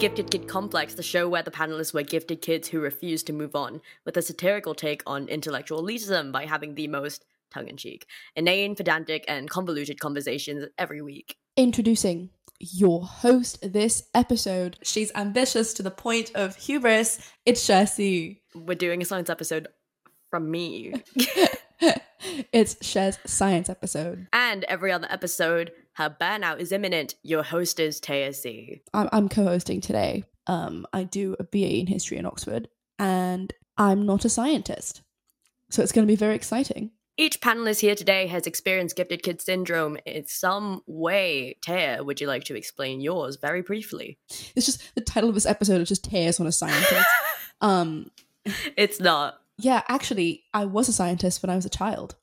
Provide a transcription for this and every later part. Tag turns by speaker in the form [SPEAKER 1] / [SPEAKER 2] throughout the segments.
[SPEAKER 1] Gifted Kid Complex, the show where the panelists were gifted kids who refused to move on, with a satirical take on intellectual elitism by having the most tongue in cheek, inane, pedantic, and convoluted conversations every week.
[SPEAKER 2] Introducing your host this episode.
[SPEAKER 3] She's ambitious to the point of hubris. It's Jessie.
[SPEAKER 1] We're doing a science episode from me.
[SPEAKER 2] it's Cher's science episode.
[SPEAKER 1] and every other episode, her burnout is imminent. Your host is Taya C.
[SPEAKER 2] I'm, I'm co-hosting today. Um, I do a BA in history in Oxford, and I'm not a scientist, so it's going to be very exciting.
[SPEAKER 1] Each panelist here today has experienced gifted kid syndrome in some way. Taya, would you like to explain yours very briefly?
[SPEAKER 2] It's just the title of this episode is just tears on a scientist. um,
[SPEAKER 1] It's not.
[SPEAKER 2] yeah, actually, I was a scientist when I was a child.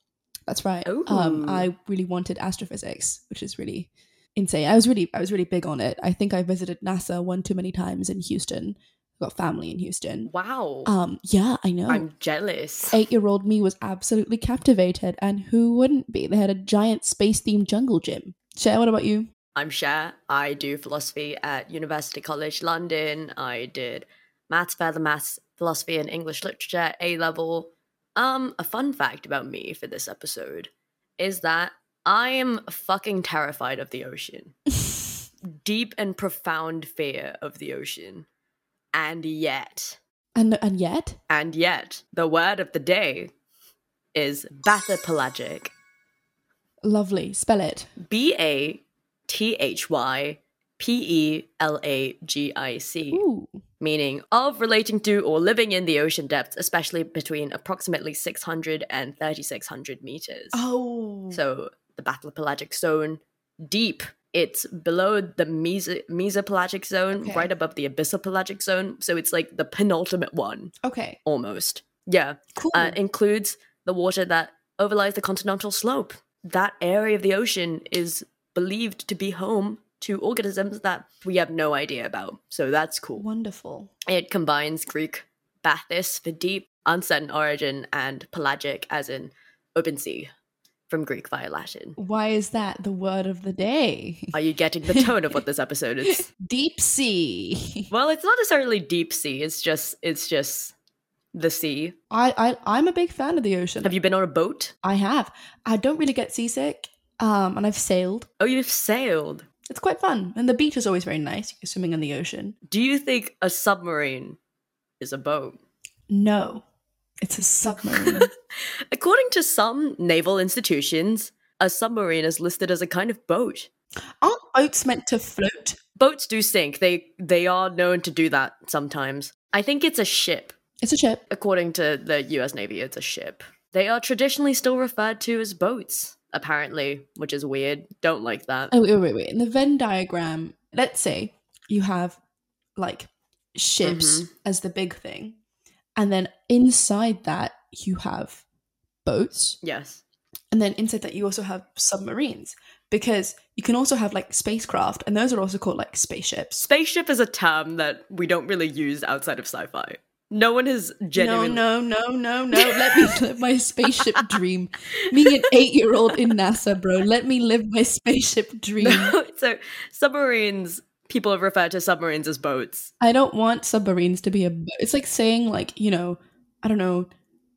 [SPEAKER 2] That's right. Um,
[SPEAKER 1] Ooh.
[SPEAKER 2] I really wanted astrophysics, which is really insane. I was really, I was really big on it. I think I visited NASA one too many times in Houston. I've got family in Houston.
[SPEAKER 1] Wow.
[SPEAKER 2] Um, yeah, I know.
[SPEAKER 1] I'm jealous.
[SPEAKER 2] Eight year old me was absolutely captivated, and who wouldn't be? They had a giant space themed jungle gym. Cher, what about you?
[SPEAKER 1] I'm Cher. I do philosophy at University College London. I did maths, further maths, philosophy, and English literature A level. Um, a fun fact about me for this episode is that I am fucking terrified of the ocean. Deep and profound fear of the ocean. And yet,
[SPEAKER 2] And and yet,
[SPEAKER 1] and yet, the word of the day is bathypelagic.
[SPEAKER 2] lovely. Spell it.
[SPEAKER 1] B A T H Y P E L A G I C,
[SPEAKER 2] Ooh,
[SPEAKER 1] meaning of relating to or living in the ocean depths, especially between approximately 600 and 3600 meters.
[SPEAKER 3] Oh.
[SPEAKER 1] So the bathypelagic zone, deep. It's below the meso- mesopelagic zone,
[SPEAKER 2] Okay.
[SPEAKER 1] right above the abyssopelagic zone. So it's like the penultimate one,
[SPEAKER 2] okay,
[SPEAKER 1] almost. Yeah
[SPEAKER 3] cool.
[SPEAKER 1] uh,
[SPEAKER 2] Mm.
[SPEAKER 1] includes the water that overlies the continental slope. That area of the ocean is believed to be home to organisms that we have no idea about. So that's cool.
[SPEAKER 2] wonderful.
[SPEAKER 1] It combines Greek bathys for deep, uncertain origin, and pelagic as in open sea from Greek via Latin.
[SPEAKER 2] Why is that the word of the day?
[SPEAKER 1] Are you getting the tone of what this episode is?
[SPEAKER 2] Deep sea.
[SPEAKER 1] Well, it's not necessarily deep sea. It's just it's just the sea.
[SPEAKER 2] I, I I'm a big fan of the ocean.
[SPEAKER 1] Have you been on a boat?
[SPEAKER 2] I have. I don't really get seasick. Um, and I've sailed.
[SPEAKER 1] Oh, you've sailed.
[SPEAKER 2] It's quite fun, and the beach is always very nice. You go swimming in the ocean.
[SPEAKER 1] Do you think a submarine is a boat?
[SPEAKER 2] No, it's a submarine.
[SPEAKER 1] According to some naval institutions, a submarine is listed as a kind of boat.
[SPEAKER 2] Aren't boats meant to float?
[SPEAKER 1] Boats do sink. They they are known to do that sometimes. I think it's a ship.
[SPEAKER 2] It's a ship.
[SPEAKER 1] According to the US Navy, it's a ship. They are traditionally still referred to as boats, apparently, which is weird. Don't like that.
[SPEAKER 2] Oh, wait, wait, wait. In the Venn diagram, let's say you have like ships
[SPEAKER 1] Mm-hmm.
[SPEAKER 2] as the big thing, and then inside that you have boats,
[SPEAKER 1] Yes.
[SPEAKER 2] and then inside that you also have submarines because you can also have like spacecraft, and those are also called like spaceships.
[SPEAKER 1] Spaceship is a term that we don't really use outside of sci-fi. No one has genuinely
[SPEAKER 2] No, no, no, no, no. Let me live my spaceship dream. Me, an eight-year-old in NASA, bro. Let me live my spaceship dream.
[SPEAKER 1] so submarines people have referred to submarines as boats
[SPEAKER 2] I don't want submarines to be a. bo- It's like saying like you know, I don't know,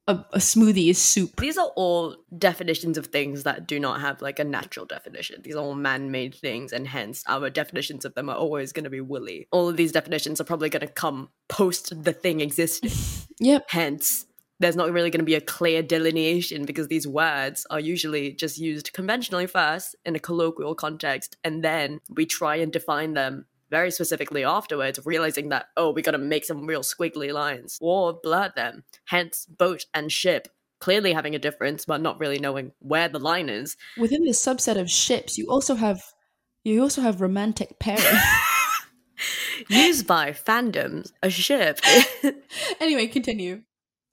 [SPEAKER 2] a, a smoothie is soup.
[SPEAKER 1] these are all definitions of things that do not have like a natural definition these are all man-made things and hence our definitions of them are always going to be woolly all of these definitions are probably going to come post the thing existing
[SPEAKER 2] Yep.
[SPEAKER 1] hence there's not really going to be a clear delineation because these words are usually just used conventionally first in a colloquial context and then we try and define them very specifically afterwards realizing that oh we got to make some real squiggly lines or blur them hence boat and ship clearly having a difference but not really knowing where the line is
[SPEAKER 2] Within this subset of ships, you also have you also have romantic pairing.
[SPEAKER 1] used by fandoms a ship
[SPEAKER 2] anyway, continue.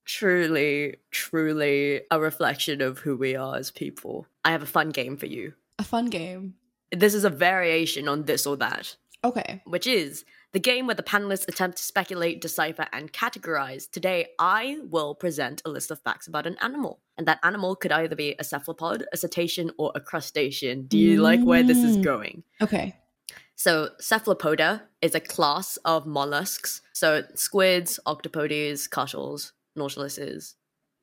[SPEAKER 1] truly truly a reflection of who we are as people i have a fun game for you
[SPEAKER 2] A fun game.
[SPEAKER 1] This is a variation on this or that,
[SPEAKER 2] Okay.
[SPEAKER 1] which is the game where the panelists attempt to speculate, decipher, and categorize. Today, I will present a list of facts about an animal, and that animal could either be a cephalopod, a cetacean, or a crustacean. Do you like where this is
[SPEAKER 2] Mm.
[SPEAKER 1] going?
[SPEAKER 2] Okay.
[SPEAKER 1] So, cephalopoda is a class of mollusks. So, squids, octopodes, cuttles, nautiluses,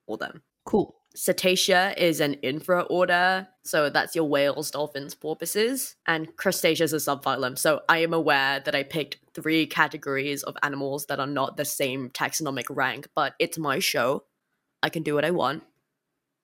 [SPEAKER 1] all them.
[SPEAKER 2] Cool.
[SPEAKER 1] Cetacea is an infra order. So, that's your whales, dolphins, porpoises. And crustacea is a subphylum. So, I am aware that I picked three categories of animals that are not the same taxonomic rank, but it's my show. I can do what I want.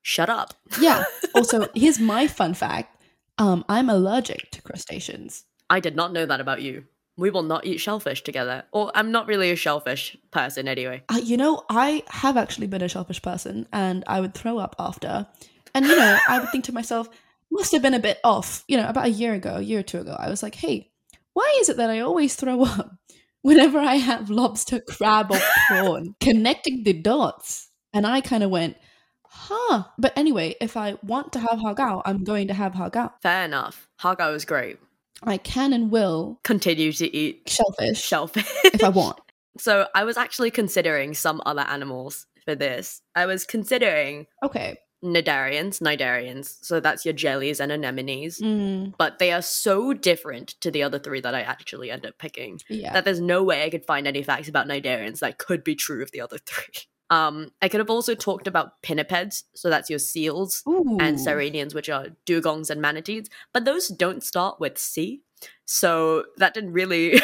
[SPEAKER 1] Shut up.
[SPEAKER 2] Yeah. Also, here's my fun fact. Um, I'm allergic to crustaceans.
[SPEAKER 1] I did not know that about you. We will not eat shellfish together. Or I'm not really a shellfish person anyway.
[SPEAKER 2] Uh, you know, I have actually been a shellfish person, and I would throw up after. And you know, I would think to myself, must have been a bit off. You know, about a year ago, a year or two ago, I was like, hey, why is it that I always throw up whenever I have lobster, crab, or prawn? Connecting the dots, and I kind of went, huh. But anyway, if I want to have hagao, I'm going to have hagao.
[SPEAKER 1] Fair enough. Hago is great.
[SPEAKER 2] I can and will
[SPEAKER 1] Continue to eat
[SPEAKER 2] shellfish
[SPEAKER 1] shellfish.
[SPEAKER 2] if I want.
[SPEAKER 1] so I was actually considering some other animals for this. I was considering
[SPEAKER 2] Okay.
[SPEAKER 1] nidarians, nidarians. So that's your jellies and anemones.
[SPEAKER 2] Mm,
[SPEAKER 1] But they are so different to the other three that I actually end up picking.
[SPEAKER 2] yeah.
[SPEAKER 1] that there's no way I could find any facts about Nidarians that could be true of the other three. Um, I could have also talked about pinnipeds, so that's your seals
[SPEAKER 2] Ooh.
[SPEAKER 1] and Sirenians, which are dugongs and manatees, but those don't start with C, so that didn't really.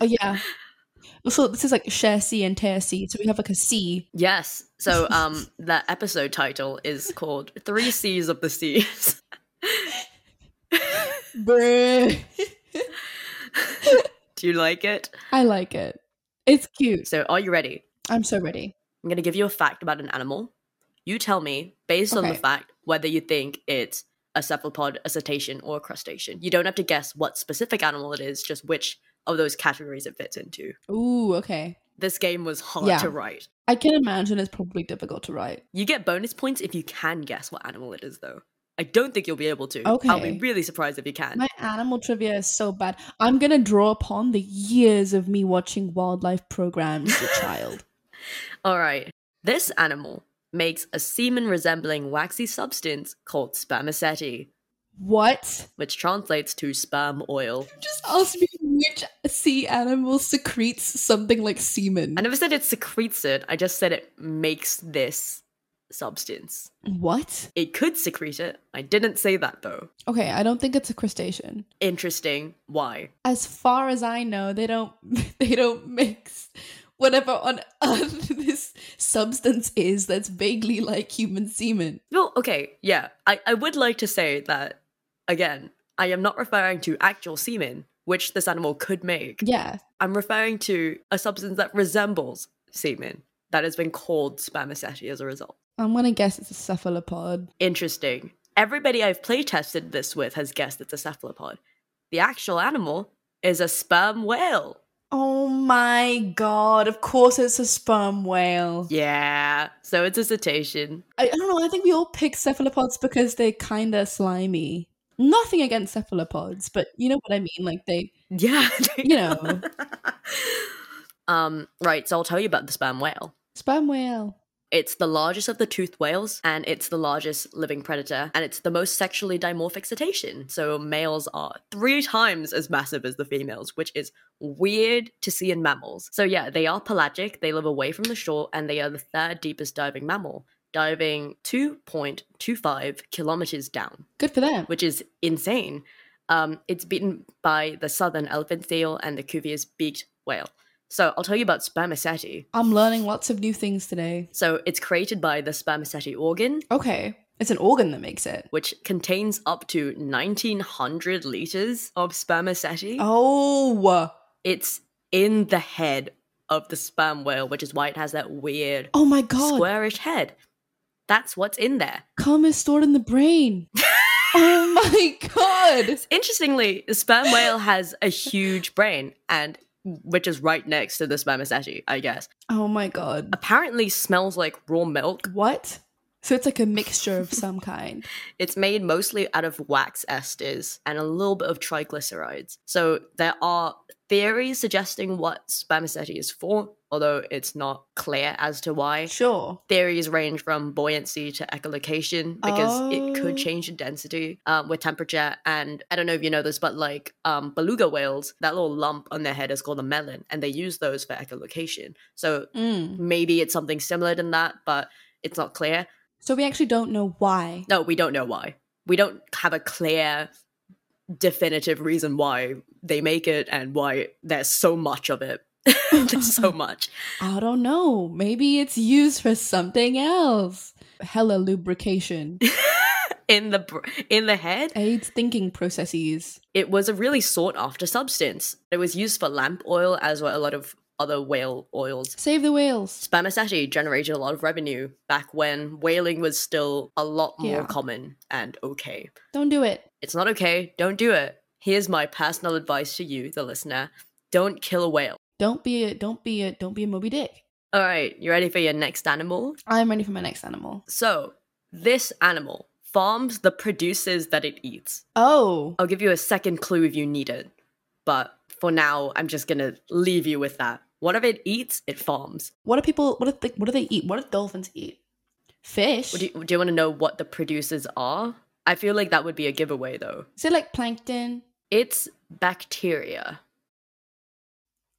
[SPEAKER 2] Oh yeah. So this is like share C and tear C. So we have like a C.
[SPEAKER 1] yes, so um, that episode title is called Three C's of the Seas. Do you like it?
[SPEAKER 2] I like it. It's cute.
[SPEAKER 1] So, are you ready?
[SPEAKER 2] I'm so ready.
[SPEAKER 1] I'm going to give you a fact about an animal. You tell me, based on the
[SPEAKER 2] Okay.
[SPEAKER 1] fact, whether you think it's a cephalopod, a cetacean, or a crustacean. You don't have to guess what specific animal it is, just which of those categories it fits into.
[SPEAKER 2] Ooh, okay.
[SPEAKER 1] This game was hard
[SPEAKER 2] Yeah.
[SPEAKER 1] to write.
[SPEAKER 2] I can imagine it's probably difficult to write.
[SPEAKER 1] You get bonus points if you can guess what animal it is, though. I don't think you'll be able to. I'll be
[SPEAKER 2] Okay.
[SPEAKER 1] really surprised if you can.
[SPEAKER 2] My animal trivia is so bad. I'm gonna draw upon the years of me watching wildlife programs as a child.
[SPEAKER 1] All right. This animal makes a semen resembling waxy substance called spermaceti,
[SPEAKER 2] What?
[SPEAKER 1] which translates to sperm oil.
[SPEAKER 2] Just ask me which sea animal secretes something like semen.
[SPEAKER 1] I never said it secretes it. I just said it makes this substance.
[SPEAKER 2] What?
[SPEAKER 1] It could secrete it. I didn't say that though.
[SPEAKER 2] Okay, I don't think it's a crustacean.
[SPEAKER 1] Interesting. Why?
[SPEAKER 2] as far as I know, they don't they don't mix whatever on earth this substance is that's vaguely like human semen.
[SPEAKER 1] Well, okay, yeah. I, I would like to say that, again, I am not referring to actual semen, which this animal could make.
[SPEAKER 2] Yeah.
[SPEAKER 1] I'm referring to a substance that resembles semen that has been called spermaceti as a result.
[SPEAKER 2] I'm gonna guess it's a cephalopod.
[SPEAKER 1] Interesting. Everybody I've play tested this with has guessed it's a cephalopod. The actual animal is a sperm whale.
[SPEAKER 2] Oh my god, of course it's a sperm whale.
[SPEAKER 1] Yeah. So it's a cetacean.
[SPEAKER 2] I, I don't know, I think we all pick cephalopods because they're kinda slimy. Nothing against cephalopods, but you know what I mean? Like they
[SPEAKER 1] Yeah.
[SPEAKER 2] you know
[SPEAKER 1] um, right, so I'll tell you about the sperm whale.
[SPEAKER 2] sperm whale.
[SPEAKER 1] It's the largest of the toothed whales, and it's the largest living predator, and it's the most sexually dimorphic cetacean. So males are three times as massive as the females, which is weird to see in mammals. So yeah, they are pelagic, they live away from the shore, and they are the third deepest diving mammal, diving 2.25 kilometers down.
[SPEAKER 2] Good for them.
[SPEAKER 1] which is insane. Um, it's beaten by the southern elephant seal and the Cuvier's beaked whale. So I'll tell you about spermaceti.
[SPEAKER 2] I'm learning lots of new things today.
[SPEAKER 1] So it's created by the spermaceti organ,
[SPEAKER 2] Okay. It's an organ that makes it.
[SPEAKER 1] which contains up to 1900 liters of spermaceti.
[SPEAKER 2] Oh.
[SPEAKER 1] It's in the head of the sperm whale, which is why it has that weird
[SPEAKER 2] Oh my god.
[SPEAKER 1] squarish head. That's what's in there.
[SPEAKER 2] Cum is stored in the brain. oh my god.
[SPEAKER 1] Interestingly, the sperm whale has a huge brain, and which is right next to the spermaceti, I guess.
[SPEAKER 2] Oh my god.
[SPEAKER 1] apparently smells like raw milk.
[SPEAKER 2] What? So it's like a mixture of some kind.
[SPEAKER 1] It's made mostly out of wax esters and a little bit of triglycerides. So there are theory suggesting what spermaceti is for, although it's not clear as to why.
[SPEAKER 2] Sure.
[SPEAKER 1] Theories range from buoyancy to echolocation because it
[SPEAKER 2] Oh.
[SPEAKER 1] could change in density um, with temperature. And I don't know if you know this, but like um, beluga whales, that little lump on their head is called a melon, and they use those for echolocation. So
[SPEAKER 2] Mm.
[SPEAKER 1] maybe it's something similar than that, but it's not clear.
[SPEAKER 2] So we actually don't know why.
[SPEAKER 1] No, we don't know why. We don't have a clear, definitive reason why they make it and why there's so much of it. there's so much.
[SPEAKER 2] I don't know. Maybe it's used for something else. Hella lubrication
[SPEAKER 1] in the br- in the head.
[SPEAKER 2] aids thinking processes.
[SPEAKER 1] It was a really sought after substance. It was used for lamp oil as were a lot of other whale oils.
[SPEAKER 2] Save the whales.
[SPEAKER 1] Spermaceti generated a lot of revenue back when whaling was still a lot more
[SPEAKER 2] Yeah.
[SPEAKER 1] common and okay.
[SPEAKER 2] Don't do it.
[SPEAKER 1] It's not okay. Don't do it. Here's my personal advice to you, the listener. Don't kill a whale.
[SPEAKER 2] Don't be a don't be a don't be a Moby Dick.
[SPEAKER 1] All right, you ready for your next animal?
[SPEAKER 2] I'm ready for my next animal.
[SPEAKER 1] So, this animal farms the produces that it eats.
[SPEAKER 2] Oh.
[SPEAKER 1] I'll give you a second clue if you need it, but for now, I'm just gonna leave you with that. Whatever it eats, it farms.
[SPEAKER 2] What do people what do they, what do they eat? What do dolphins eat? Fish.
[SPEAKER 1] Do you, do you want to know what the producers are? I feel like that would be a giveaway, though.
[SPEAKER 2] Is it like plankton?
[SPEAKER 1] It's bacteria.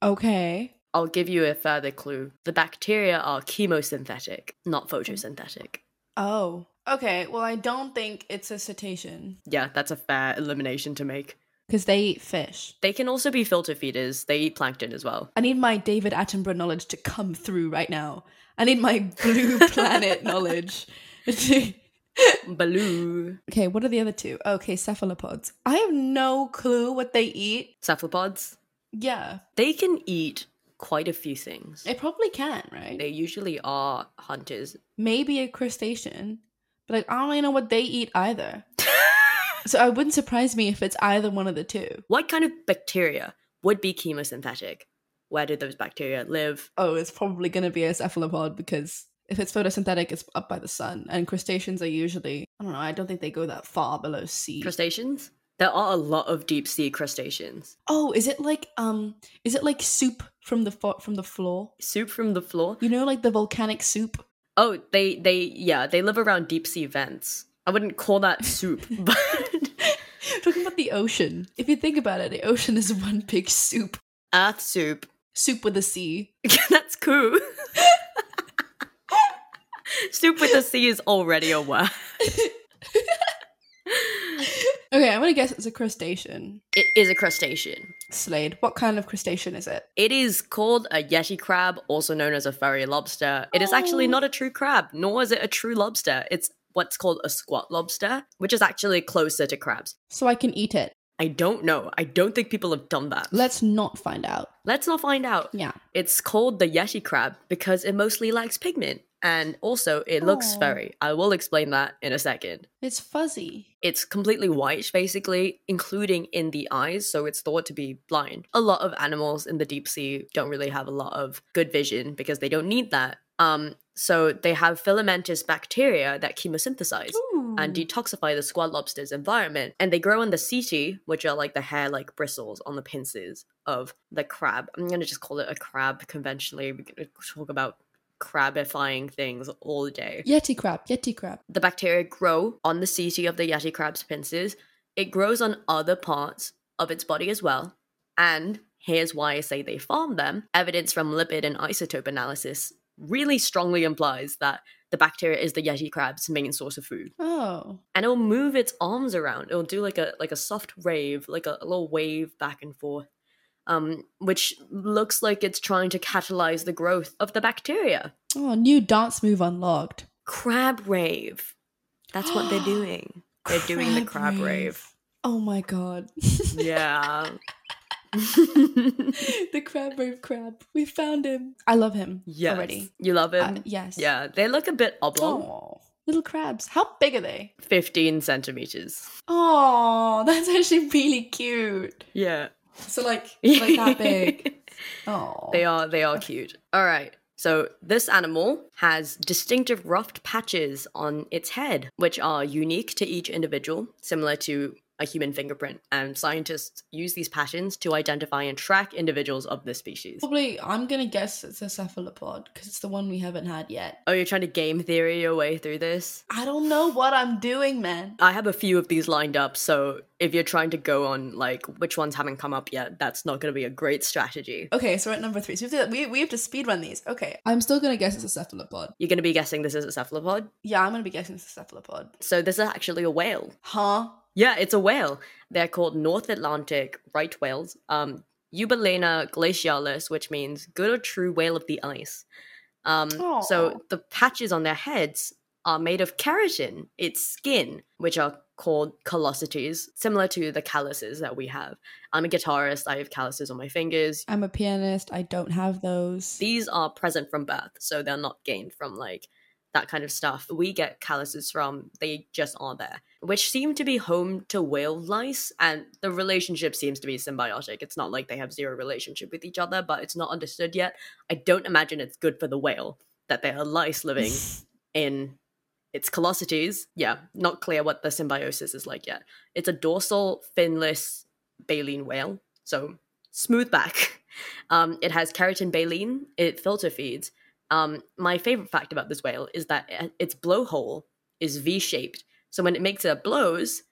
[SPEAKER 2] Okay.
[SPEAKER 1] I'll give you a further clue. The bacteria are chemosynthetic, not photosynthetic.
[SPEAKER 2] Oh. Okay. Well, I don't think it's a cetacean
[SPEAKER 1] Yeah, that's a fair elimination to make.
[SPEAKER 2] because they eat fish.
[SPEAKER 1] They can also be filter feeders. They eat plankton as well.
[SPEAKER 2] I need my David Attenborough knowledge to come through right now. I need my Blue Planet knowledge. okay,
[SPEAKER 1] Baloo.
[SPEAKER 2] what are the other two? Okay, cephalopods. I have no clue what they eat.
[SPEAKER 1] Cephalopods.
[SPEAKER 2] Yeah,
[SPEAKER 1] They can eat quite a few things.
[SPEAKER 2] they probably can, right?
[SPEAKER 1] They usually are hunters.
[SPEAKER 2] Maybe a crustacean, but like I don't really know what they eat either. So I wouldn't surprise me if it's either one of the two.
[SPEAKER 1] what kind of bacteria would be chemosynthetic? Where do those bacteria live?
[SPEAKER 2] Oh, it's probably going to be a cephalopod because if it's photosynthetic, it's up by the sun, and crustaceans are usually I don't know. I don't think they go that far below sea.
[SPEAKER 1] Crustaceans? There are a lot of deep sea crustaceans.
[SPEAKER 2] Oh, is it like um is it like soup from the fo- from the floor?
[SPEAKER 1] Soup from the floor?
[SPEAKER 2] You know like the volcanic soup?
[SPEAKER 1] Oh, they they yeah, they live around deep sea vents. I wouldn't call that soup, but
[SPEAKER 2] Talking about the ocean. If you think about it, the ocean is one big soup.
[SPEAKER 1] earth soup.
[SPEAKER 2] Soup with a C.
[SPEAKER 1] That's cool. soup with a C is already a word.
[SPEAKER 2] Okay, I'm gonna guess it's a crustacean.
[SPEAKER 1] It is a crustacean.
[SPEAKER 2] Slade, what kind of crustacean is it?
[SPEAKER 1] It is called a yeti crab, also known as a furry lobster. It is actually
[SPEAKER 2] Oh.
[SPEAKER 1] not a true crab, nor is it a true lobster. It's what's called a squat lobster, which is actually closer to crabs.
[SPEAKER 2] So I can eat it.
[SPEAKER 1] I don't know. I don't think people have done that.
[SPEAKER 2] Let's not find out.
[SPEAKER 1] Let's not find out.
[SPEAKER 2] Yeah.
[SPEAKER 1] It's called the yeti crab because it mostly lacks pigment and also it looks
[SPEAKER 2] Aw.
[SPEAKER 1] furry. I will explain that in a second.
[SPEAKER 2] It's fuzzy.
[SPEAKER 1] It's completely white, basically, including in the eyes, so it's thought to be blind. A lot of animals in the deep sea don't really have a lot of good vision because they don't need that. Um, so they have filamentous bacteria that chemosynthesize and detoxify the squad lobster's environment. And they grow on the setae, which are like the hair like bristles on the pincers of the crab. I'm going to just call it a crab conventionally. We're going to talk about crabifying things all day
[SPEAKER 2] Yeti crab, Yeti crab.
[SPEAKER 1] the bacteria grow on the setae of the yeti crab's pincers. It grows on other parts of its body as well. And here's why I say they farm them. Evidence from lipid and isotope analysis really strongly implies that the bacteria is the yeti crab's main source of food.
[SPEAKER 2] Oh.
[SPEAKER 1] And it'll move its arms around. It'll do like a like a soft wave, like a, a little wave back and forth. Um, which looks like it's trying to catalyze the growth of the bacteria.
[SPEAKER 2] Oh, new dance move unlocked.
[SPEAKER 1] Crab rave. That's what they're doing. They're doing the crab rave.
[SPEAKER 2] Oh my god.
[SPEAKER 1] Yeah.
[SPEAKER 2] the crab rave crab. We found him. I love him
[SPEAKER 1] yes.
[SPEAKER 2] already.
[SPEAKER 1] You love him?
[SPEAKER 2] Uh, yes.
[SPEAKER 1] Yeah. They look a bit oblong.
[SPEAKER 2] Oh, little crabs. How big are they?
[SPEAKER 1] 15 centimeters.
[SPEAKER 2] Oh, that's actually really cute.
[SPEAKER 1] Yeah.
[SPEAKER 2] So like, like that big. Oh,
[SPEAKER 1] they are they are cute. All right. So this animal has distinctive ruffed patches on its head, which are unique to each individual, similar to a human fingerprint, and scientists use these patterns to identify and track individuals of this species.
[SPEAKER 2] Probably, I'm gonna guess it's a cephalopod because it's the one we haven't had yet.
[SPEAKER 1] Oh, you're trying to game theory your way through this?
[SPEAKER 2] I don't know what I'm doing, man.
[SPEAKER 1] I have a few of these lined up, so if you're trying to go on like which ones haven't come up yet, that's not going to be a great strategy.
[SPEAKER 2] Okay, so we're at number three. So we have to, we, we have to speed run these. Okay, I'm still gonna guess it's a cephalopod.
[SPEAKER 1] You're going to be guessing this is a cephalopod.
[SPEAKER 2] Yeah, I'm gonna be guessing it's a cephalopod.
[SPEAKER 1] So this is actually a whale.
[SPEAKER 2] Huh?
[SPEAKER 1] Yeah, it's a whale. They're called North Atlantic right whales, um, Eubalena glacialis, which means good or true whale of the ice. Um,
[SPEAKER 2] Aw.
[SPEAKER 1] so the patches on their heads are made of keratin, its skin, which are called callosities, similar to the calluses that we have. I'm a guitarist, I have calluses on my fingers.
[SPEAKER 2] I'm a pianist. I don't have those.
[SPEAKER 1] These are present from birth, so they're not gained from like that kind of stuff. We get calluses from, they just are there, which seem to be home to whale lice, and the relationship seems to be symbiotic. It's not like they have zero relationship with each other, but it's not understood yet. I don't imagine it's good for the whale that there are lice living in its callosities. Yeah, not clear what the symbiosis is like yet. It's a dorsal finless baleen whale, so smooth back. Um, it has keratin baleen. It filter feeds. Um, my favorite fact about this whale is that i- its blowhole is V-shaped. So when it makes a blows,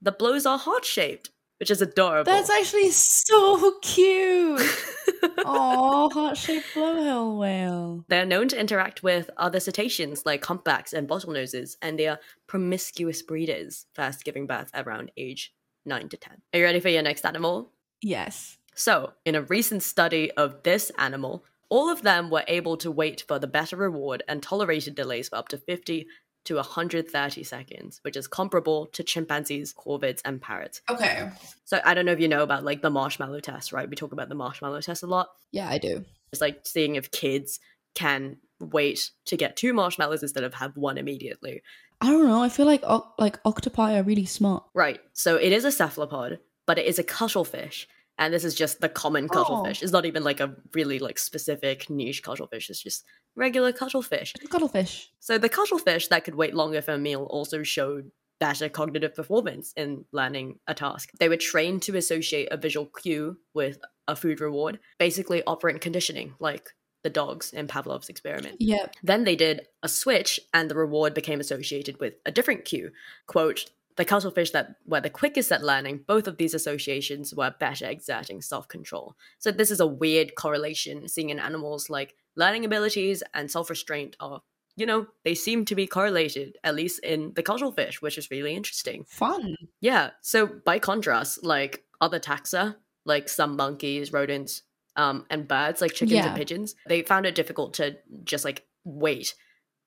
[SPEAKER 1] the blows are heart-shaped, which is adorable.
[SPEAKER 2] That's actually so cute. Oh, heart shaped blowhole whale.
[SPEAKER 1] They're known to interact with other cetaceans like humpbacks and bottlenoses, and they are promiscuous breeders, first giving birth around age 9 to 10. Are you ready for your next animal?
[SPEAKER 2] Yes.
[SPEAKER 1] So, in a recent study of this animal, all of them were able to wait for the better reward and tolerated delays for up to 50 to 130 seconds, which is comparable to chimpanzees, corvids, and parrots.
[SPEAKER 2] Okay.
[SPEAKER 1] So, I don't know if you know about like the marshmallow test, right? We talk about the marshmallow test a lot.
[SPEAKER 2] Yeah, I do.
[SPEAKER 1] It's like seeing if kids can wait to get two marshmallows instead of have one immediately.
[SPEAKER 2] I don't know. I feel like oc- like octopi are really smart.
[SPEAKER 1] Right. So it is a cephalopod, but it is a cuttlefish. And this is just the common
[SPEAKER 2] Oh.
[SPEAKER 1] cuttlefish. It's not even like a really like specific niche cuttlefish. It's just regular cuttlefish.
[SPEAKER 2] Cuttlefish.
[SPEAKER 1] So the cuttlefish that could wait longer for a meal also showed better cognitive performance in learning a task. They were trained to associate a visual cue with a food reward, basically operant conditioning, like the dogs in Pavlov's experiment.
[SPEAKER 2] Yep.
[SPEAKER 1] Then they did a switch, and the reward became associated with a different cue. Quote, the cuttlefish that were the quickest at learning, both of these associations were better exerting self control. So, this is a weird correlation seeing in animals like learning abilities and self restraint are, you know, they seem to be correlated, at least in the cuttlefish, which is really interesting.
[SPEAKER 2] Fun.
[SPEAKER 1] Yeah. So by contrast, like other taxa, like some monkeys, rodents, um, and birds, like chickens
[SPEAKER 2] Yeah.
[SPEAKER 1] and pigeons, they found it difficult to just like wait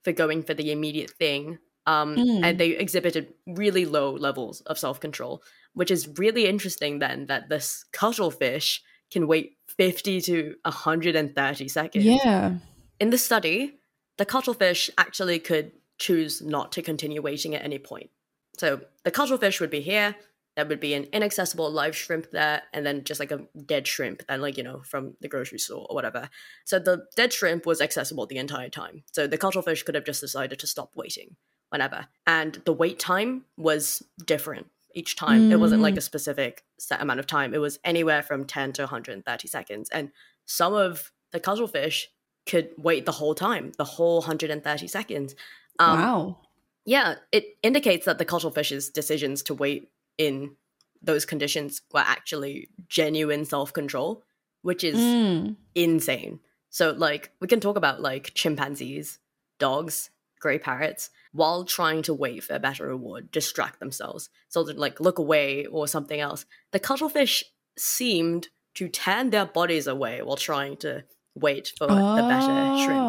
[SPEAKER 1] for going for the immediate thing. Um,
[SPEAKER 2] Mm.
[SPEAKER 1] and they exhibited really low levels of self control, which is really interesting. Then that this cuttlefish can wait fifty to hundred and thirty seconds
[SPEAKER 2] Yeah.
[SPEAKER 1] in the study, the cuttlefish actually could choose not to continue waiting at any point. So the cuttlefish would be here, there would be an inaccessible live shrimp there, and then just like a dead shrimp, and like, you know, from the grocery store or whatever. So the dead shrimp was accessible the entire time. So the cuttlefish could have just decided to stop waiting whenever. And the wait time was different each time. It wasn't like a specific set amount of time, it was anywhere from 10 to 130 seconds. And some of the cuttlefish could wait the whole time, the whole 130 seconds. Um,
[SPEAKER 2] wow.
[SPEAKER 1] Yeah, it indicates that the cuttlefish's decisions to wait in those conditions were actually genuine self control, which Um, is
[SPEAKER 2] Mm.
[SPEAKER 1] insane. So, like, we can talk about like chimpanzees, dogs, gray parrots, while trying to wait for a better reward, distract themselves. So, they like, look away or something else. The cuttlefish seemed to turn their bodies away while trying to wait for the better shrimp.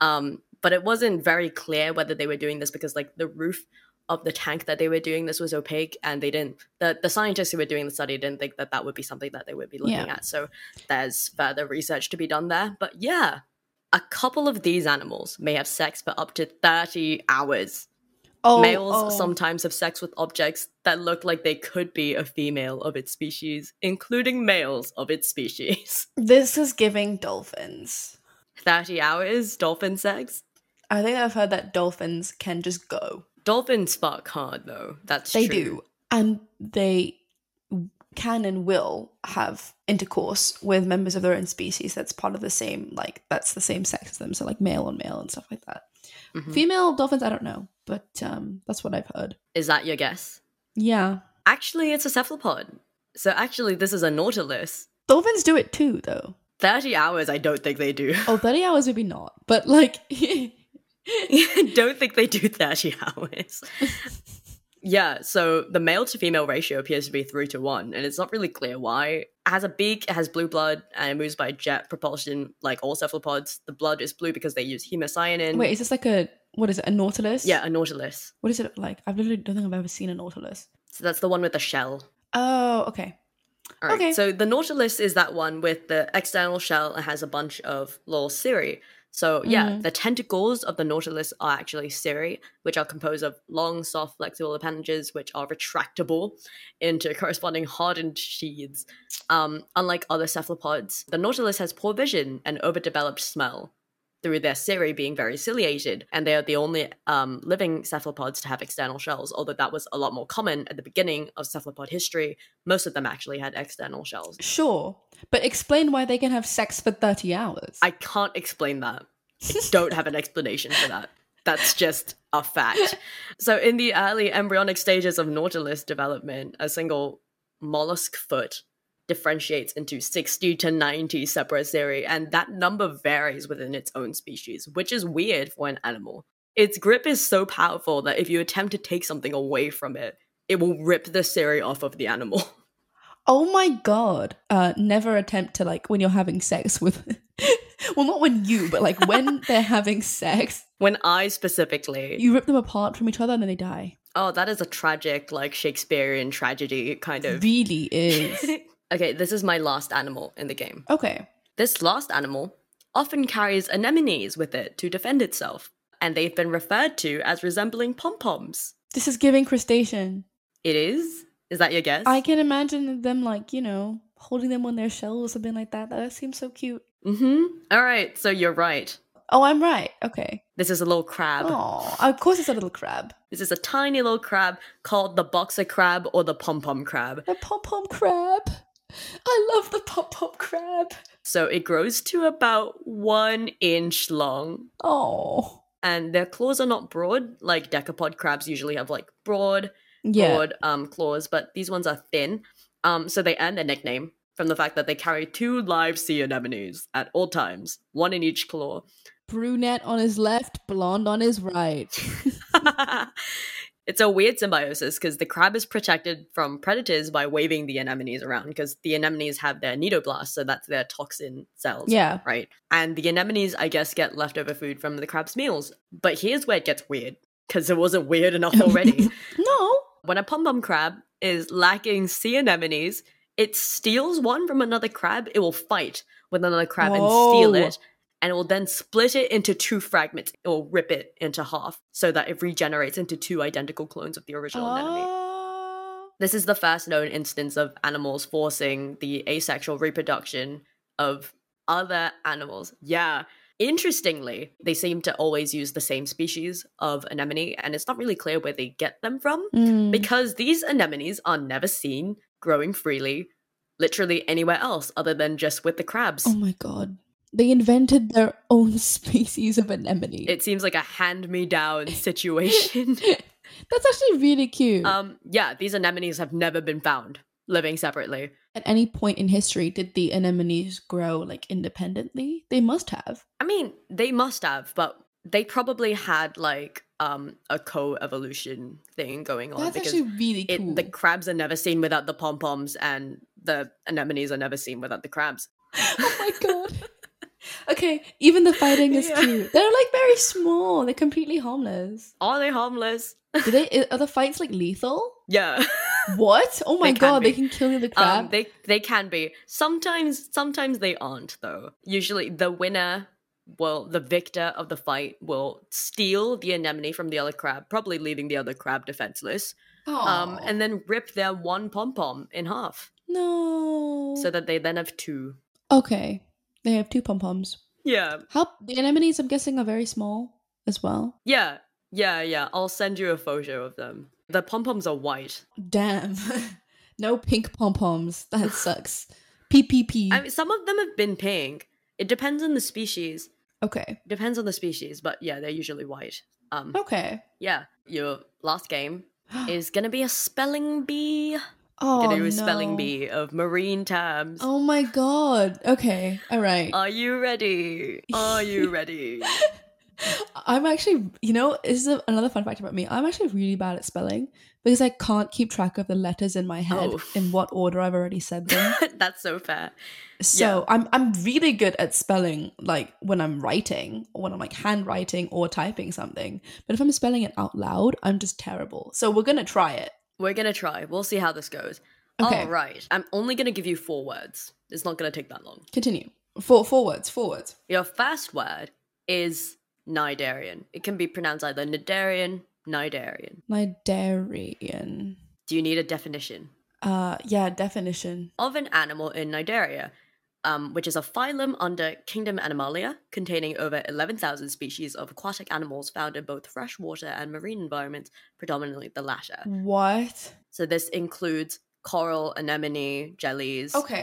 [SPEAKER 2] Oh.
[SPEAKER 1] Um, but it wasn't very clear whether they were doing this because like the roof of the tank that they were doing this was opaque and they didn't the, the scientists who were doing the study didn't think that that would be something that they would be looking
[SPEAKER 2] Yeah.
[SPEAKER 1] at so there's further research to be done there but yeah a couple of these animals may have sex for up to 30 hours
[SPEAKER 2] Oh,
[SPEAKER 1] males
[SPEAKER 2] oh.
[SPEAKER 1] sometimes have sex with objects that look like they could be a female of its species including males of its species
[SPEAKER 2] This is giving dolphins.
[SPEAKER 1] 30 hours dolphin sex
[SPEAKER 2] I think I've heard that dolphins can just go.
[SPEAKER 1] Dolphins fuck hard though. That's
[SPEAKER 2] They
[SPEAKER 1] true.
[SPEAKER 2] do. and they can and will have intercourse with members of their own species that's part of the same like that's the same sex as them so like male on male and stuff like that
[SPEAKER 1] Mhm.
[SPEAKER 2] female dolphins i don't know but um that's what i've heard
[SPEAKER 1] Is that your guess?
[SPEAKER 2] yeah
[SPEAKER 1] Actually, it's a cephalopod. So actually, this is a nautilus.
[SPEAKER 2] dolphins do it too though
[SPEAKER 1] 30 hours, I don't think they do.
[SPEAKER 2] oh 30 hours maybe not but like
[SPEAKER 1] don't think they do 30 hours. yeah, so the male to female ratio appears to be 3 to 1, and it's not really clear why. It has a beak, it has blue blood, and it moves by jet propulsion like all cephalopods. The blood is blue because they use hemocyanin.
[SPEAKER 2] wait is this like a what is it a nautilus
[SPEAKER 1] Yeah, a nautilus.
[SPEAKER 2] what is it like i've literally don't think i've ever seen a nautilus
[SPEAKER 1] So that's the one with the shell.
[SPEAKER 2] oh okay
[SPEAKER 1] All right.
[SPEAKER 2] Okay.
[SPEAKER 1] So the Nautilus is that one with the external shell and has a bunch of little cirri. So yeah,
[SPEAKER 2] Mhm.
[SPEAKER 1] the tentacles of the Nautilus are actually cirri, which are composed of long, soft, flexible appendages which are retractable into corresponding hardened sheaths. Um, unlike other cephalopods, the Nautilus has poor vision and overdeveloped smell through their cirri being very ciliated, and they are the only um, living cephalopods to have external shells, although that was a lot more common at the beginning of cephalopod history. Most of them actually had external shells.
[SPEAKER 2] sure but explain why they can have sex for 30 hours
[SPEAKER 1] I can't explain that. I don't have an explanation for that. That's just a fact. So, in the early embryonic stages of nautilus development, a single mollusk foot differentiates into 60 to 90 separate cirri, and that number varies within its own species, which is weird for an animal. Its grip is so powerful that if you attempt to take something away from it, it will rip the cirri off of the animal.
[SPEAKER 2] Oh my god. Uh never attempt to like when you're having sex with Well not when you, but like when they're having sex,
[SPEAKER 1] When I specifically
[SPEAKER 2] you rip them apart from each other and then they die.
[SPEAKER 1] Oh, that is a tragic, like Shakespearean tragedy kind of.
[SPEAKER 2] Really is.
[SPEAKER 1] okay, this is my last animal in the game.
[SPEAKER 2] okay.
[SPEAKER 1] This last animal often carries anemones with it to defend itself, and they've been referred to as resembling pom poms.
[SPEAKER 2] This is giving crustacean.
[SPEAKER 1] It is? Is that your guess?
[SPEAKER 2] I can imagine them like, you know, holding them on their shell or something like that. That seems so cute.
[SPEAKER 1] hmm. All right, so you're right.
[SPEAKER 2] Oh, I'm right. Okay.
[SPEAKER 1] This is a little crab.
[SPEAKER 2] Oh, of course it's a little crab.
[SPEAKER 1] This is a tiny little crab called the boxer crab or the pom pom crab.
[SPEAKER 2] The pom pom crab. I love the pom pom crab.
[SPEAKER 1] So it grows to about one inch long.
[SPEAKER 2] Oh.
[SPEAKER 1] and their claws are not broad like decapod crabs usually have like broad
[SPEAKER 2] Yeah.
[SPEAKER 1] broad um, claws but these ones are thin um, so they earn their nickname from the fact that they carry two live sea anemones at all times one in each claw
[SPEAKER 2] Brunette on his left, blonde on his right.
[SPEAKER 1] it's a weird symbiosis because the crab is protected from predators by waving the anemones around because the anemones have their nidoblasts so that's their toxin cells
[SPEAKER 2] Yeah.
[SPEAKER 1] right? And the anemones, I guess, get leftover food from the crab's meals. But here's where it gets weird, because it wasn't weird enough already.
[SPEAKER 2] No.
[SPEAKER 1] when a pom pom crab is lacking sea anemones, it steals one from another crab, it will fight with another crab and steal
[SPEAKER 2] Whoa.
[SPEAKER 1] it. And it will then split it into two fragments. It will rip it into half so that it regenerates into two identical clones of the original anemone.
[SPEAKER 2] Oh.
[SPEAKER 1] This is the first known instance of animals forcing the asexual reproduction of other animals. Yeah. Interestingly, they seem to always use the same species of anemone, and it's not really clear where they get them from
[SPEAKER 2] Uh, mm.
[SPEAKER 1] because these anemones are never seen growing freely, literally anywhere else other than just with the crabs.
[SPEAKER 2] oh my god. They invented their own species of anemone.
[SPEAKER 1] It seems like a hand me down situation.
[SPEAKER 2] That's actually really cute.
[SPEAKER 1] um, yeah, these anemones have never been found living separately.
[SPEAKER 2] At any point in history, did the anemones grow like independently? They must have.
[SPEAKER 1] I mean, they must have, but they probably had like um a co-evolution thing going on
[SPEAKER 2] That's
[SPEAKER 1] because
[SPEAKER 2] actually really
[SPEAKER 1] it,
[SPEAKER 2] cool.
[SPEAKER 1] the crabs are never seen without the pom poms, and the anemones are never seen without the crabs.
[SPEAKER 2] oh my god. okay, even the fighting is
[SPEAKER 1] Yeah.
[SPEAKER 2] cute. They're like very small. They're completely harmless.
[SPEAKER 1] Are they harmless?
[SPEAKER 2] Do they? Are the fights like lethal?
[SPEAKER 1] Yeah,
[SPEAKER 2] What? Oh my
[SPEAKER 1] They can
[SPEAKER 2] god! They
[SPEAKER 1] be.
[SPEAKER 2] can kill the other crab.
[SPEAKER 1] um, they they can be. Sometimes sometimes they aren't though. Usually the winner. Well, the victor of the fight will steal the anemone from the other crab, probably leaving the other crab defenseless, um,
[SPEAKER 2] Aw.
[SPEAKER 1] and then rip their one pom pom in half.
[SPEAKER 2] no.
[SPEAKER 1] so that they then have two.
[SPEAKER 2] Okay. They have two pom poms.
[SPEAKER 1] Yeah,
[SPEAKER 2] How the anemones I'm guessing are very small as well.
[SPEAKER 1] yeah, yeah, yeah. I'll send you a photo of them. The pom poms are white.
[SPEAKER 2] Damn. no pink pom poms. That sucks. PPP.
[SPEAKER 1] I mean, some of them have been pink. It depends on the species.
[SPEAKER 2] okay.
[SPEAKER 1] Depends on the species, but yeah, they're usually white. Um,
[SPEAKER 2] Okay.
[SPEAKER 1] yeah, your last game is gonna be a spelling bee.
[SPEAKER 2] Oh,
[SPEAKER 1] gonna do a spelling
[SPEAKER 2] no.
[SPEAKER 1] bee of marine terms.
[SPEAKER 2] Oh my god. Okay. All right.
[SPEAKER 1] Are you ready? Are you ready?
[SPEAKER 2] I'm actually, you know, this is a, another fun fact about me. I'm actually really bad at spelling because I can't keep track of the letters in my head
[SPEAKER 1] Oh.
[SPEAKER 2] in what order I've already said them.
[SPEAKER 1] That's so fair.
[SPEAKER 2] So I'm I'm really good at spelling like when I'm writing or when I'm like handwriting or typing something. But if I'm spelling it out loud, I'm just terrible. So we're gonna try it.
[SPEAKER 1] We're gonna try. We'll see how this goes.
[SPEAKER 2] Okay.
[SPEAKER 1] All right. I'm only gonna give you four words. It's not gonna take that long.
[SPEAKER 2] Continue. For forwards, forwards.
[SPEAKER 1] Your first word is Nidarian. It can be pronounced either Nidarian, Nidarian.
[SPEAKER 2] Nidarian.
[SPEAKER 1] Do you need a definition
[SPEAKER 2] Uh yeah, definition.
[SPEAKER 1] of an animal in Nidaria, um, which is a phylum under Kingdom Animalia, containing over 11,000 species of aquatic animals found in both freshwater and marine environments, predominantly the latter.
[SPEAKER 2] What?
[SPEAKER 1] So this includes coral, anemone, jellies.
[SPEAKER 2] Okay.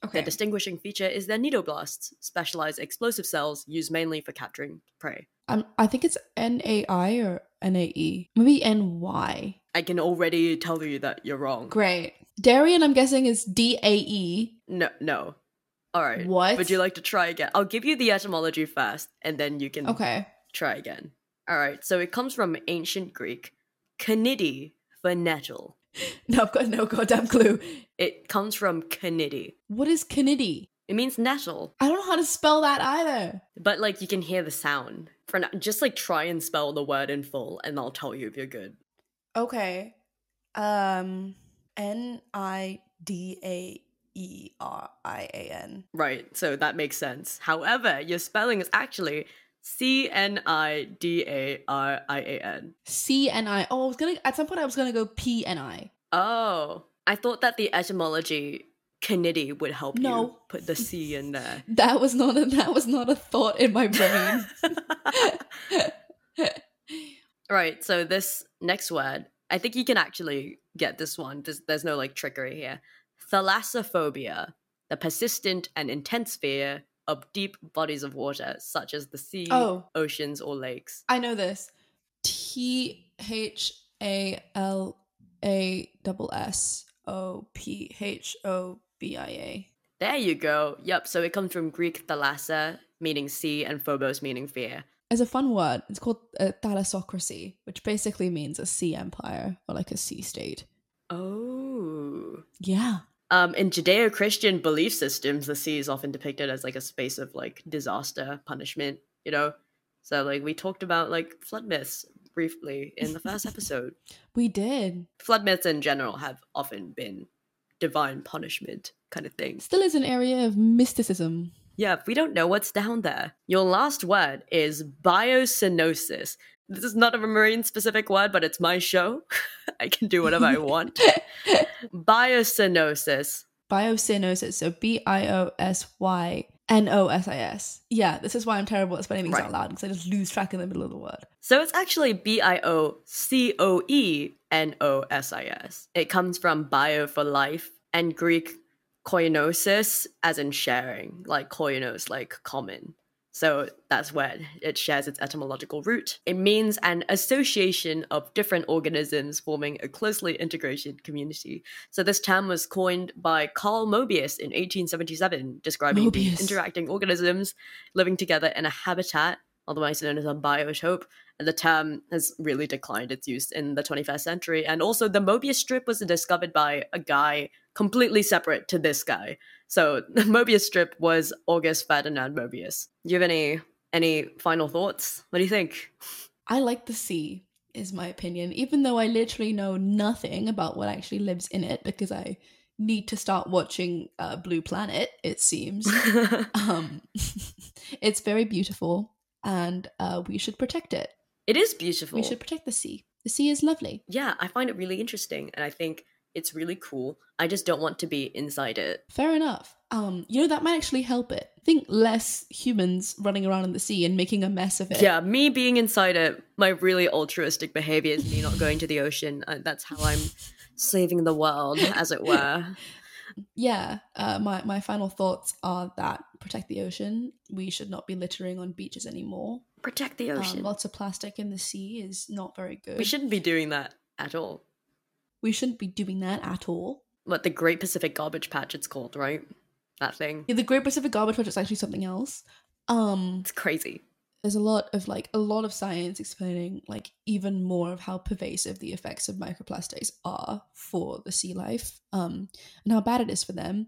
[SPEAKER 1] Their
[SPEAKER 2] Okay.
[SPEAKER 1] distinguishing feature is their needleblasts, specialized explosive cells used mainly for capturing prey.
[SPEAKER 2] Um, I think it's N A I or N A E. Maybe N Y.
[SPEAKER 1] I can already tell you that you're wrong.
[SPEAKER 2] Great. Darien, I'm guessing, is D A E.
[SPEAKER 1] No, no. All right.
[SPEAKER 2] What?
[SPEAKER 1] Would you like to try again? I'll give you the etymology first, and then you can
[SPEAKER 2] Okay.
[SPEAKER 1] try again. All right. So it comes from ancient Greek, kanidi for nettle.
[SPEAKER 2] No, I've got no goddamn clue.
[SPEAKER 1] It comes from kanidi.
[SPEAKER 2] What is Kennedy?
[SPEAKER 1] It means nettle,
[SPEAKER 2] I don't know how to spell that either.
[SPEAKER 1] but like you can hear the sound. For now, just like try and spell the word in full, and I'll tell you if you're good.
[SPEAKER 2] Okay. Um N I D A E R I A N.
[SPEAKER 1] Right, so that makes sense. However, your spelling is actually C N I D A R I A N.
[SPEAKER 2] C N I. Oh, I was gonna at some point I was gonna go P N I.
[SPEAKER 1] Oh, I thought that the etymology kanidi would help you
[SPEAKER 2] No.
[SPEAKER 1] put the C in there.
[SPEAKER 2] That was not a that was not a thought in my brain.
[SPEAKER 1] right, so this next word, I think you can actually get this one. There's, there's no like trickery here. Thalassophobia, the persistent and intense fear of deep bodies of water, such as the sea,
[SPEAKER 2] oh,
[SPEAKER 1] oceans, or lakes.
[SPEAKER 2] I know this. T H A L A double S O P H O B I A.
[SPEAKER 1] There you go. Yep. So it comes from Greek thalassa, meaning sea, and phobos, meaning fear.
[SPEAKER 2] It's a fun word. It's called uh, thalassocracy, which basically means a sea empire or like a sea state.
[SPEAKER 1] Oh.
[SPEAKER 2] Yeah.
[SPEAKER 1] Um, in Judeo-Christian belief systems, the sea is often depicted as like a space of like disaster, punishment. You know, so like we talked about like flood myths briefly in the first episode.
[SPEAKER 2] We did.
[SPEAKER 1] Flood myths in general have often been divine punishment kind of things.
[SPEAKER 2] Still is an area of mysticism.
[SPEAKER 1] Yeah, we don't know what's down there. Your last word is biocenosis. This is not a marine specific word, but it's my show. I can do whatever I want. Biocenosis.
[SPEAKER 2] Biosinosis. So B I O S Y N O S I S. Yeah, this is why I'm terrible at spelling things
[SPEAKER 1] Right.
[SPEAKER 2] out loud because I just lose track in the middle of the word.
[SPEAKER 1] So it's actually B I O C O E N O S I S. It comes from bio for life and Greek koinosis, as in sharing, like koinos, like common. So that's where it shares its etymological root. It means an association of different organisms forming a closely integrated community. So this term was coined by Carl Mobius in 1877, describing the
[SPEAKER 2] Mobius.
[SPEAKER 1] interacting organisms living together in a habitat, otherwise known as a biotope. And the term has really declined its use in the 21st century. And also, the Mobius strip was discovered by a guy completely separate to this guy. So the Mobius strip was August Ferdinand Mobius. Do you have any any final thoughts? What do you think?
[SPEAKER 2] I like the sea, is my opinion, even though I literally know nothing about what actually lives in it because I need to start watching uh, Blue Planet, it seems. um, it's very beautiful and uh, we should protect it.
[SPEAKER 1] it is beautiful.
[SPEAKER 2] We should protect the sea. The sea is lovely.
[SPEAKER 1] yeah, I find it really interesting and I think it's really cool. I just don't want to be inside it.
[SPEAKER 2] Fair enough. Um, you know, that might actually help it. think less humans running around in the sea and making a mess of it.
[SPEAKER 1] Yeah, me being inside it, my really altruistic behavior is me not going to the ocean. Uh, that's how I'm saving the world, as it were.
[SPEAKER 2] yeah, uh, my, my final thoughts are that protect the ocean. We should not be littering on beaches anymore.
[SPEAKER 1] Protect the
[SPEAKER 2] Um,
[SPEAKER 1] ocean.
[SPEAKER 2] lots of plastic in the sea is not very good.
[SPEAKER 1] we shouldn't be doing that at all.
[SPEAKER 2] we shouldn't be doing that at all.
[SPEAKER 1] What the Great Pacific Garbage Patch? It's called, right? That thing.
[SPEAKER 2] Yeah, the Great Pacific Garbage Project is actually something else. Um,
[SPEAKER 1] It's crazy.
[SPEAKER 2] there's a lot of like a lot of science explaining like even more of how pervasive the effects of microplastics are for the sea life um and how bad it is for them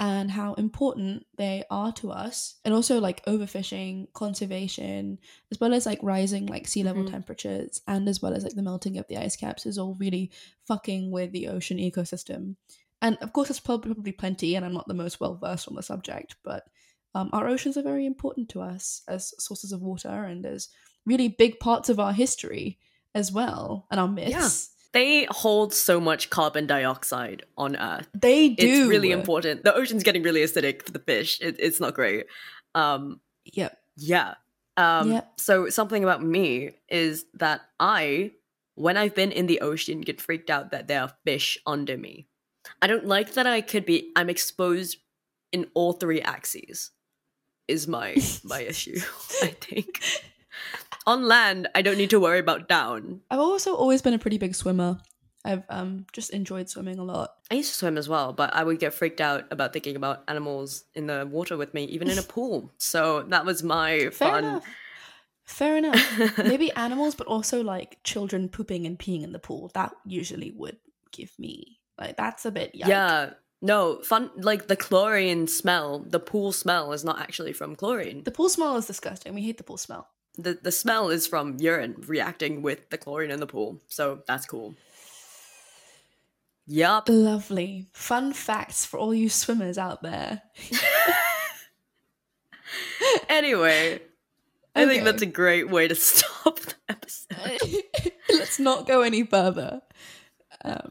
[SPEAKER 2] and how important they are to us and also like overfishing conservation as well as like rising like sea level
[SPEAKER 1] Mhm.
[SPEAKER 2] temperatures and as well as like the melting of the ice caps is all really fucking with the ocean ecosystem and of course there's prob- probably plenty and i'm not the most well versed on the subject but um, our oceans are very important to us as sources of water and as really big parts of our history as well and our myths
[SPEAKER 1] They hold so much carbon dioxide on Earth.
[SPEAKER 2] they do
[SPEAKER 1] It's really important. The ocean's getting really acidic for the fish. It, it's not great. Um,
[SPEAKER 2] yeah
[SPEAKER 1] Yeah. Um,
[SPEAKER 2] Yep.
[SPEAKER 1] So something about me is that I, when I've been in the ocean, get freaked out that there are fish under me. I don't like that I could be. I'm exposed in all three axes. Is my my issue? I think on land I don't need to worry about down.
[SPEAKER 2] i've also always been a pretty big swimmer i've um just enjoyed swimming a lot
[SPEAKER 1] I used to swim as well, but I would get freaked out about thinking about animals in the water with me, even in a pool. So that was my
[SPEAKER 2] fair
[SPEAKER 1] fun.
[SPEAKER 2] enough fair enough maybe animals but also like children pooping and peeing in the pool that usually would give me like that's a bit yuck.
[SPEAKER 1] Yeah. No, fun like the chlorine smell, the pool smell is not actually from chlorine.
[SPEAKER 2] the pool smell is disgusting we hate the pool smell
[SPEAKER 1] The the smell is from urine reacting with the chlorine in the pool. So that's cool. Yup.
[SPEAKER 2] Lovely. Fun facts for all you swimmers out there.
[SPEAKER 1] Anyway, I think
[SPEAKER 2] Okay.
[SPEAKER 1] that's a great way to stop the episode.
[SPEAKER 2] Let's not go any further.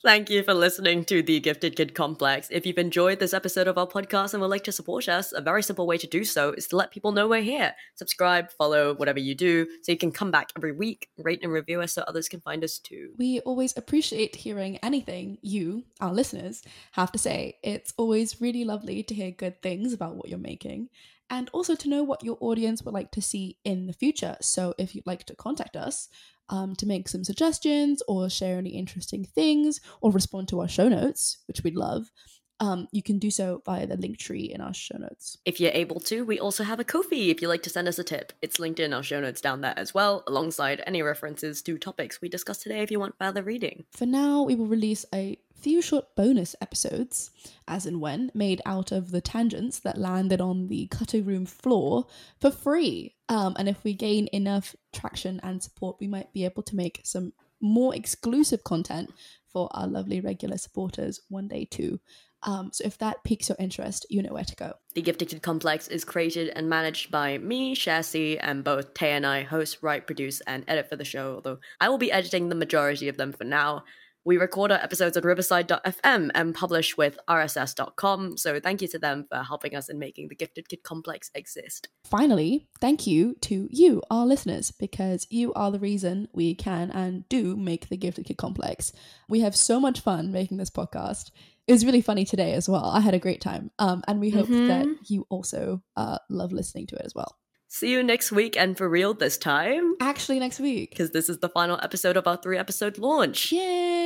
[SPEAKER 1] Thank you for listening to the Gifted Kid Complex. If you've enjoyed this episode of our podcast and would like to support us, a very simple way to do so is to let people know we're here. Subscribe, follow, whatever you do, so you can come back every week, rate and review us so others can find us too.
[SPEAKER 2] We always appreciate hearing anything you, our listeners, have to say. It's always really lovely to hear good things about what you're making and also to know what your audience would like to see in the future. So if you'd like to contact us um, to make some suggestions or share any interesting things or respond to our show notes, which we'd love, um, you can do so via the link tree in our show notes.
[SPEAKER 1] If you're able to, we also have a Kofi if you'd like to send us a tip. It's linked in our show notes down there as well, alongside any references to topics we discussed today if you want further reading.
[SPEAKER 2] For now, we will release a few short bonus episodes, as and when, made out of the tangents that landed on the cutting room floor for free. Um, and if we gain enough traction and support, we might be able to make some more exclusive content for our lovely regular supporters one day too. Um, so if that piques your interest, you know where to go.
[SPEAKER 1] The Gifted Kid Complex is created and managed by me, Shasi, and both Tay and I host, write, produce, and edit for the show, although I will be editing the majority of them for now. We record our episodes at riverside.fm and publish with rss.com, so thank you to them for helping us in making the Gifted Kid Complex exist.
[SPEAKER 2] Finally, thank you to you, our listeners, because you are the reason we can and do make the Gifted Kid Complex. We have so much fun making this podcast. It was really funny today as well. I had a great time. Um, and we hope
[SPEAKER 1] Mhm.
[SPEAKER 2] that you also uh, love listening to it as well.
[SPEAKER 1] See you next week and for real this time.
[SPEAKER 2] Actually, next week.
[SPEAKER 1] because this is the final episode of our three episode launch.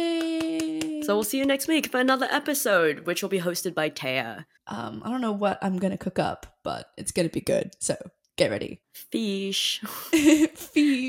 [SPEAKER 2] Yay!
[SPEAKER 1] So we'll see you next week for another episode, which will be hosted by Taya.
[SPEAKER 2] um, I don't know what I'm going to cook up, but it's going to be good. So get ready.
[SPEAKER 1] Fish.
[SPEAKER 2] Fish.